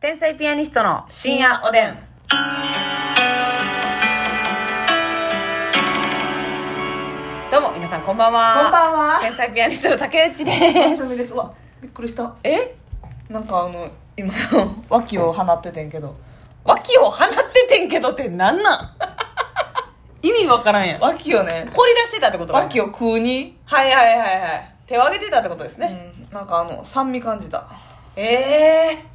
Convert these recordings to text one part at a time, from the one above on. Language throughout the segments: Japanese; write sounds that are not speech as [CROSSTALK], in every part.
天才ピアニストの深夜おでん。どうも、皆さん、こんばんは。こんばんは天才ピアニストの竹内です。おすみですうわびっくりしたえなんかあの今、 [LAUGHS] 脇を放っててんけど脇を放っててんけどってなん [LAUGHS] なん意味わからんやん。脇をね掘り出してたってことか脇を食うに、はいはいはいはい。手を挙げてたってことですうね。ん、なんかあの酸味感じたええー。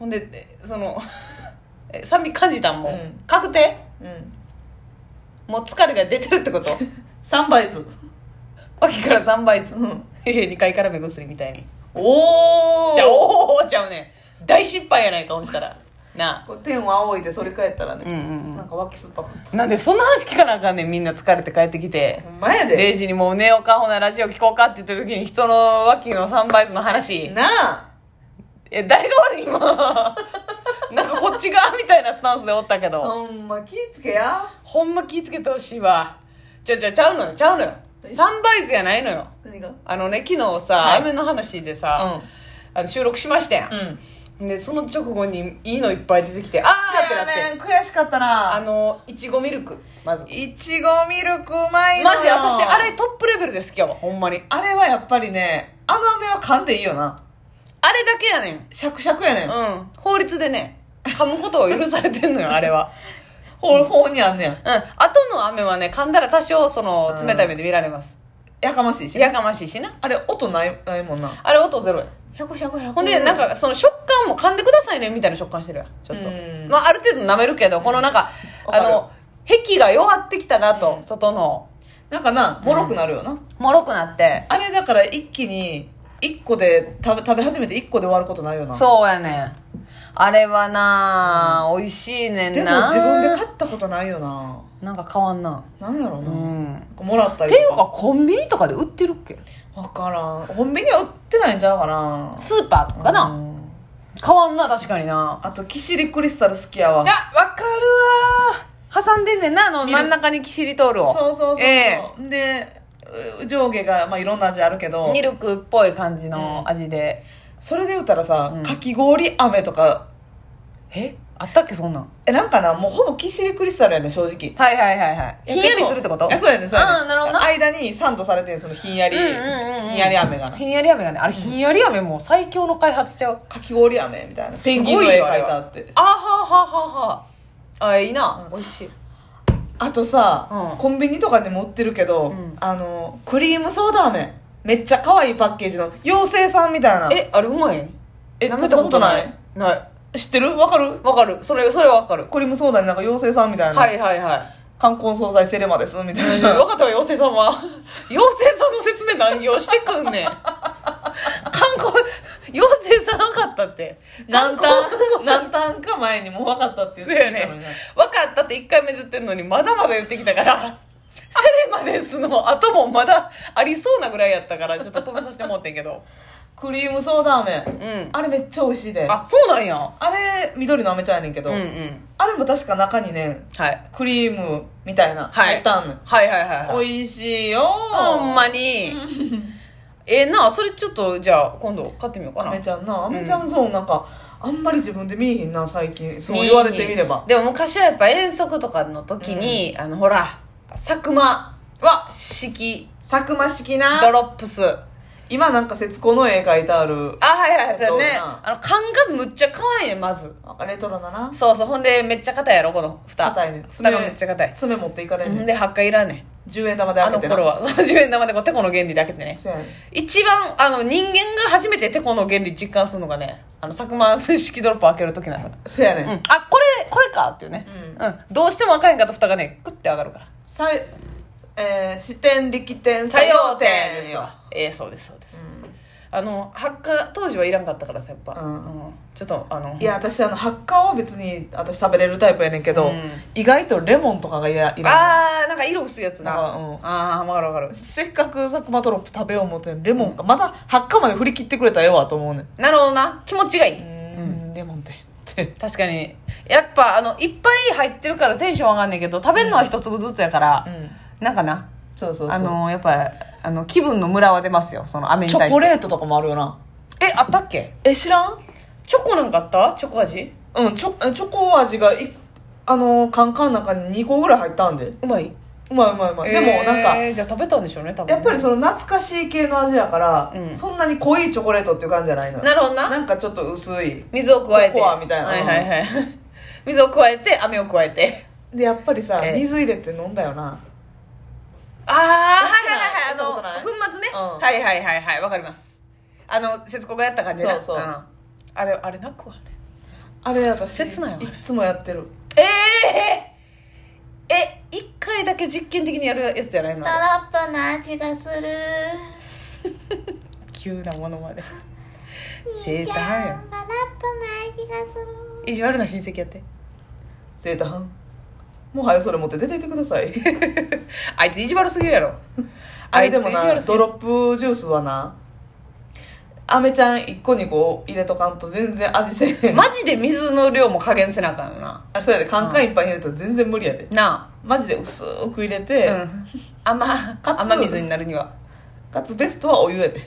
ほんで、えその、 [LAUGHS] え酸味感じたんも、うん確定うんもう疲れが出てるって [LAUGHS] こと三杯酢脇から3倍ずつうん [LAUGHS] 2回から目薬みたいにおおじゃあおおちゃうねん大失敗やないかもしたらなあこう天を仰いでそれ返ったらね、うんうんなんか脇酸っぱかっうんなんでそんな話聞かなあかんねんみんな疲れて帰ってきてたほんまやで0時にもう寝ようかほなラジオ聞こうかって言った時に人の脇の3倍ずつの話なあえ誰が悪い今 [LAUGHS] なんかこっち側みたいなスタンスでおったけどほんま気ぃつけやほんま気ぃつけてほしいわじゃあじゃあちゃうのよちゃうのよ3倍ずやないのよ何がうんあのね昨日さ、はい雨の話でさ、あの収録しましたやんうんでその直後にいいのいっぱい出てきてあーってなって、ね悔しかったなあのいちごミルクまずマいちごミルクうまいのよジ私あれトップレベルで好きやわほんまにあれはやっぱりねあの飴は噛んでいいよなあれだけやねんうシャクシャクやねん、ん法律でね噛むことを許されてんの [LAUGHS] よあれはほ法にあんねんうん後の雨はね噛んだら多少その冷たい目で見られます、やかましいしやかましいしなあれ音ないないもんなあれ音ゼロや100100ほんでなんかその食感も噛んでくださいねみたいな食感してるやんちょっとうんまあある程度舐めるけどこのなんかわあかるの壁が弱ってきたなと、うん外のなんかなもろくなるよな、もろくなってあれだから一気に1個で食べ食べ始めて1個で終わることないよなそうやねんあれはなあ、美味しいねんでもな自分で買ったことないよななんか変わんななんやろううな,、なんんかもらったっりていうかコンビニとかで売ってるっけ分からんコンビニは売ってないんちゃうかなスーパーとかな、うん変わんな確かになあとキシリクリスタル好きやあわわかるわ挟んでんねんなあの見る真ん中にキシリトールをそうそうそうそう、えでう上下が、まあ、いろんな味あるけどミルクっぽい感じの味で、それで言ったらさ、うんかき氷飴とかえあったっけそんなんえなんかなもうほぼキシリクリスタルやね正直はいはいはいはいひんやりするってこといやそうやねそうやねあーなるほどな間にサンドされてるそのひんやり、うんうんうんひんやり飴がなひんやり飴がねあれひんやり飴もう最強の開発ちゃうかき氷飴みたいなすごいペよンギンの絵描いてあってあははははあいいな、うん美味しいあとさ、うんコンビニとかでも売ってるけど、うんあのクリームソーダ飴めっちゃ可愛いパッケージの妖精さんみたいなえあれうまいえ舐めたことないない知ってるわかるわかるそれそれわかるクリームソーダになんか妖精さんみたいな、はいはいはい [LAUGHS] 冠婚葬祭セレマですみたい分な、かったわ妖精様妖精さんの説明何をしてくんねん観光妖精さん分かったって何タ観光ーン何ターンか前にもう分かったって言そっうてよたのねに分かったって1回目ずってんのにまだまだ言ってきたから「セレマです」の後もまだありそうなぐらいやったからちょっと止めさせてもらってんけ [LAUGHS] どクリームソーダ飴、うんあれめっちゃ美味しいでああそうなんやれ緑の飴ちゃうやねんけうど、んうんあれも確か中にねはいクリームみたいなはい入ったんねんはいはいはいはい美味しいよほ [LAUGHS] んまににええなそれちょっとじゃあ今度買ってみようかアなメちゃんなアんメちゃんそうなんかあんまり自分で見えへんな最近そう言われてみればでも昔はやっぱ遠足とかの時に、あのほら佐久間わ式佐久間式なドロップスあ今なんか節子の絵描いてあるはいはいそうよねそうなあの缶がむっちゃ可愛いねまずあレトロだなそうそうほんでめっちゃ硬いやろこの蓋硬いね蓋がめっちゃ硬い爪持っていかれんほんねんで発火いらんねん10円玉であ開けのてな頃は [LAUGHS] 10円玉でこうテコの原理で開けてねそうやねん一番あの人間が初めてテコの原理実感するのがねあの佐久間式ドロップ開ける時なのそうやねうんん、あこれこれかっていうね、ううんどうしても赤いんかった蓋がねクッて上がるからさいえー、支店力店作作用用点店ですよよええそうですそうです、うんあの発火当時はいらんかったからさやっぱ、うんうんちょっとあのいや私あのハッカーは別に私食べれるタイプやねんけど、うん意外とレモンとかがいらいらんあーなんか色薄いやつなだからうんああ分かる分かるせっかく佐久間トロップ食べよう思ってんレモンか、まだハッカーまで振り切ってくれたらええわと思うねんなるほどな気持ちがいい、うんレモンってって確かにやっぱあのいっぱい入ってるからテンション上がんねんけど食べるのは一粒ずつやから、うんなんかなそうそうそうあのやっぱあの気分のムラは出ますよその飴にチ対してョコレートとかもあるよなえあったっけえ知らんチョコなんかあったチョコ味うんチョチョコ味がいあのカンカンの中に2個ぐらい入ったんでうまいうまいうまいうまい、でもなんかえーじゃあ食べたんでしょうね多分ねやっぱりその懐かしい系の味やから、うんそんなに濃いチョコレートっていう感じじゃないのよなるほどななんかちょっと薄い水を加えてココアみたいなはいはい [LAUGHS] はい水を加えて飴を加えてでやっぱりさ、ええ水入れて飲んだよなああはいなはいはいいあやったことないの粉末ね、うんはいはいはいはいわかりますあの節子がやった感じねそうそうんあれあれなくはねあれ私切ないわあいれっつもやってるえええ一回だけ実験的にやるやつじゃないのラップの味がする急なもの [LAUGHS] まで生誕やラップの味がする意地悪な親戚やって生誕もう早それ持って出ていってくだ [LAUGHS] さいあいつ意地悪すぎるやろあれでもあいつ意地な悪すぎドるロップジュースはなアメちゃん1個2個入れとかんと全然味せえへ [LAUGHS] ん、マジで水の量も加減せなあかんよなあれそうやでカンカンいっぱい入れたら全然無理やでなマジで薄く入れあ、て、うん甘かつ甘水になるには [LAUGHS] かつベストはお湯やで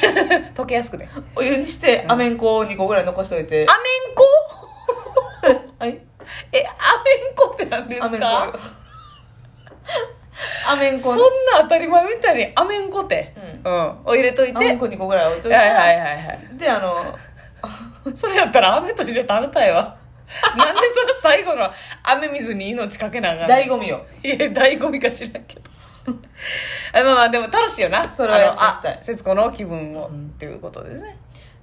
[LAUGHS] 溶けやすくねお湯にしてアメンコを2個ぐらい残しておいて、アメンコ [LAUGHS] [LAUGHS] はいえアメンコって何ですアメンコ [LAUGHS] かアメンそコんな当たり前みたいにアメンコってううん、を入れといアてメンコ2個ぐらい置いといて、はいはいはいはいであのそれやったら飴として食べたいわ [LAUGHS] なんでその最後の雨水に命かけなあかんの醍醐味をいや醍醐味か知らんけど [LAUGHS] あまあまあでも楽しいよなそれはやっていきあたいのあ節子の気分を、うんっていうことでね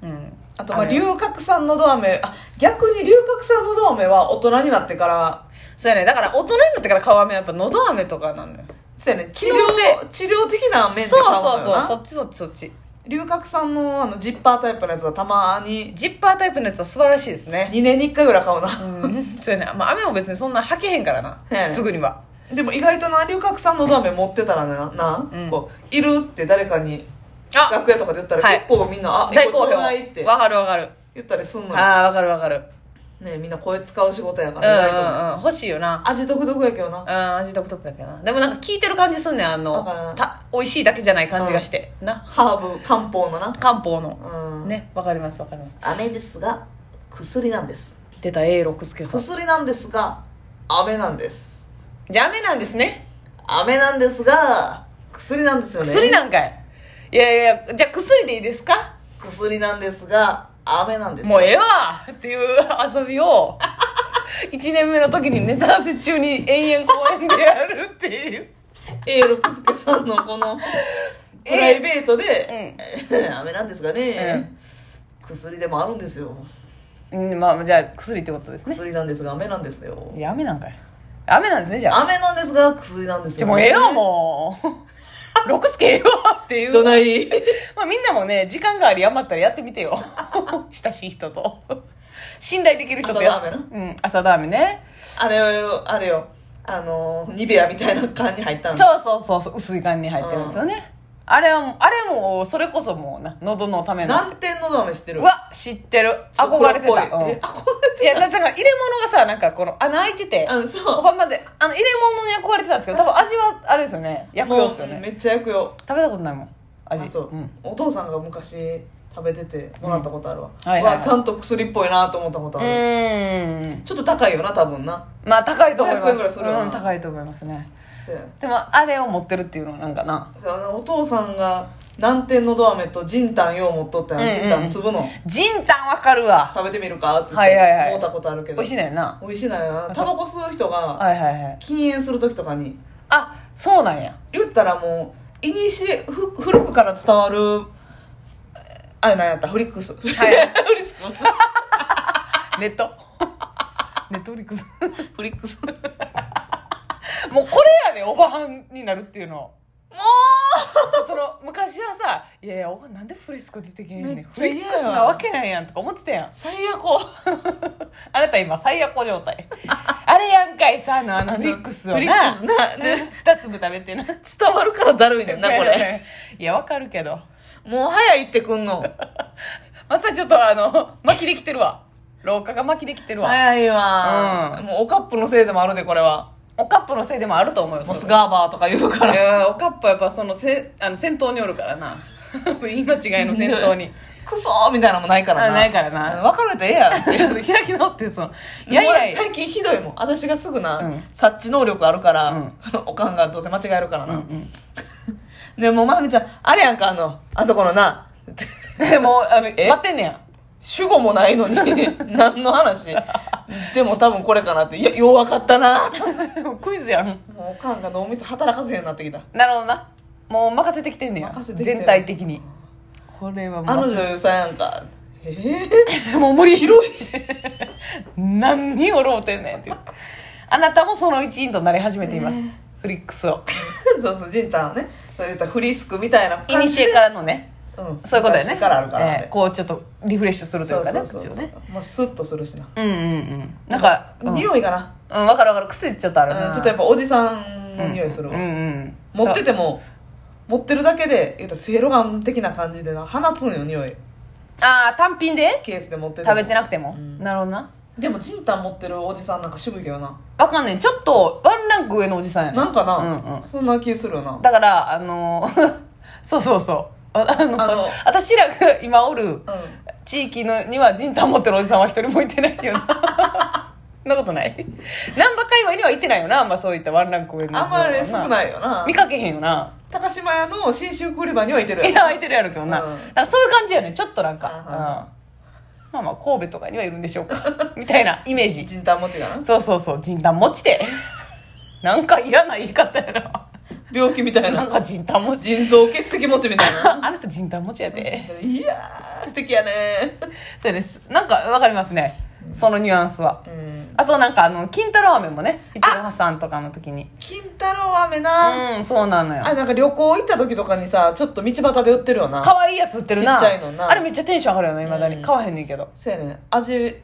うんあとまあれ龍角散のど飴あ逆に龍角散のど飴は大人になってからそうやねだから大人になってから顔飴はやっぱのど飴とかなんだよそうやね治機能性療治療的な面でそう買うのよそうそうなそっちそっちそっち龍角散のあのジッパータイプのやつはたまにジッパータイプのやつは素晴らしいですね2年に1回ぐらい買うな、うんそうやねまあ雨も別にそんな吐けへんからな、ええすぐにはでも意外とな龍角散のど飴持ってたらねなな、うんこういるって誰かにあ楽屋とかで言ったらはい結構みんな「あ大一個好ちょうだい」って評わかるわかる言ったりすんのよ、ああわかるわかるね、みんな声使う仕事やうかんら意外とね、うんうん欲しいよな味独特やけどなうん味独特だけどなでもなんか聞いてる感じすんねんあのわからんた美味しいだけじゃない感じがして、なハーブ漢方のな漢方の、うんねわかりますわかります飴ですが薬なんです出た A 六輔さん薬なんですが飴なんですじゃあ雨なんですね飴なんですが薬なんですよね薬なんかいいやいやじゃあ薬でいいですか薬なんですが飴なんですよもうええわっていう遊びを1年目の時にネタ合わせ中に延々公園でやるっていう A 六輔さんのこの [LAUGHS] プライベートうでん「 [LAUGHS] 飴なんですがね、薬でもあるんですようん、まあじゃあ薬ってことですね薬なんですが飴なんですよいや雨なんかい雨なんですねじゃあ飴なんですが薬なんですじゃよ、あもうええよもう [LAUGHS] 六助ええわっていうどない [LAUGHS] [LAUGHS] まあみんなもね、時間があり余ったらやってみてよ。親しい人と。信頼できる人とや朝ラーうん、朝ラーメンね。あれよあれよあのニベアみたいな缶に入ったんそだうそうそうそう、薄い缶に入ってるんですよね。あれはもう、あれも、それこそもうな、喉のための。南天のど飴知ってるうわ、知ってる。ちょっと憧黒れってぽいた。うんえ憧れていや、だから入れ物がさ、なんかこの穴開いてて、たうんそう小判まで、あの入れ物に憧れてたんですけど、多分味はあれですよね。薬用ですよもうね。めっちゃ薬用食べたことないもん。あ味。そう、ん。お父さんが昔食べててもらったことあるわ、うんはいはいはいうわちゃんと薬っぽいなと思ったことうある、ーん。ちょっと高いよな多分なまあ高いと思いま500円ぐらいす。するよなうん、高いと思いますね。そうやでもあれを持ってるっていうのはなんかなそうあのお父さんが南天のど飴とジンタンよう持っとったやん、うんうんジンタン粒のジンタンわかるわ食べてみるかって言っはいはいはいて思ったことあるけど、美味しいねんな美味しいなよなタバコ吸う人がはいはいはい禁煙する時とかにあそうなんや言ったらもういにしふ古くから伝わるあれ何やったフリックス、 [LAUGHS] フリスネット [LAUGHS] ネットフリックス [LAUGHS] フリックスもうこれやでおばはんになるっていうのもうその昔はさ「いやいやおばはんなんでフリスコ出てけへんねめんっフちゃ嫌リやックスなわけないやん」とか思ってたやん最悪あなた今最悪状態 [LAUGHS] あれやんかいさあのあのフリックスをフリッ [LAUGHS] クなスなね2粒食べてな伝わるからだるいねんなこれ [LAUGHS] いやわかるけどもう早いってくんのまさちょっとあの巻きできてるわ廊下が巻きできてるわ早いわ、うんもうおカップのせいでもあるでこれはおカップのせいでもあると思うよモスそれガーバーとか言うかいら [LAUGHS] やーおかっぱやっぱそのせあの先頭におるからなそう言い間違いの先頭にクソーみたいなのもないからなあないからなうん別れてええやんって開き直ってそのいやいやい [LAUGHS] もうや最近ひどいもん私がすぐな、うん察知能力あるから、うんおかんがどうせ間違えるからうな、んでもうまみちゃんあれやんかあのあそこのな [LAUGHS] うん、で [LAUGHS] もうあのえ待ってんねや [LAUGHS] 主語もないのに [LAUGHS] 何の話でも多分これかなっていやよう分かったなもうクイズやんもうおかんが脳みそ働かせへんようになってきたなるほどなもう任せてきてんねや任せてきてる全体的にこれはもあのう女優さんやんかえ [LAUGHS] もう無理ー、広い何におろうてんねんってあなたもその一員となり始めています、ねフリックスをそうそうジンタンはねそういったフリスクみたいなイ感ニじシでエからのねうんそういうことだよね昔からあるから、ええこうちょっとリフレッシュするというかねそうそうそう口をねもうスッとするしなうんうんうんなんか、うん、うん、匂いがな、分かる分かる癖ちょっとあるな、うんちょっとやっぱおじさんの匂いするわ、うんうん持っててても持ってるだけで言うたらせいろがん的な感じでな放つのよ匂いああ単品でケースで持ってて食べてなくても、うんなるほどなでもチンタン持ってるおじさんなんか渋いけどな分かんねんちょっとワンランク上のおじさんやねなんかな、うんうんそんな気するよなだからあの [LAUGHS] ーそうそうそうああのあの私らが今おるうん地域のには人ン持ってるおじさんは一人もいてないよなそんな [LAUGHS] こと [LAUGHS] ない難波界隈には行ってないよなあんまそういったワンランク上のあんまり少いないよな見かけへんよな高島屋の新宿売り場にはいてるいややん空いてるやろけどな、うんだからそういう感じやねちょっとなんか、あうんはまあまあ神戸とかにはいるんでしょうか [LAUGHS] みたいなイメージチンタン持ちがなそうそうそう人ン持ちて [LAUGHS] なんか嫌な言い方やな [LAUGHS] 病気みたいななんか人ン持ち [LAUGHS] 腎臓結石持ちみたいなあなた人ン持ちやでいやー素敵やねそうですなんかわかりますねそのニュアンスはうんあとなんかあの金太郎飴もね一郎さんとかの時に金太郎飴な、うんそうなのよあなんか旅行行った時とかにさちょっと道端で売ってるよな可愛いやつ売ってるなちっちゃいのなあれめっちゃテンション上がるよないまだうんに買わへんねんけどそうやね味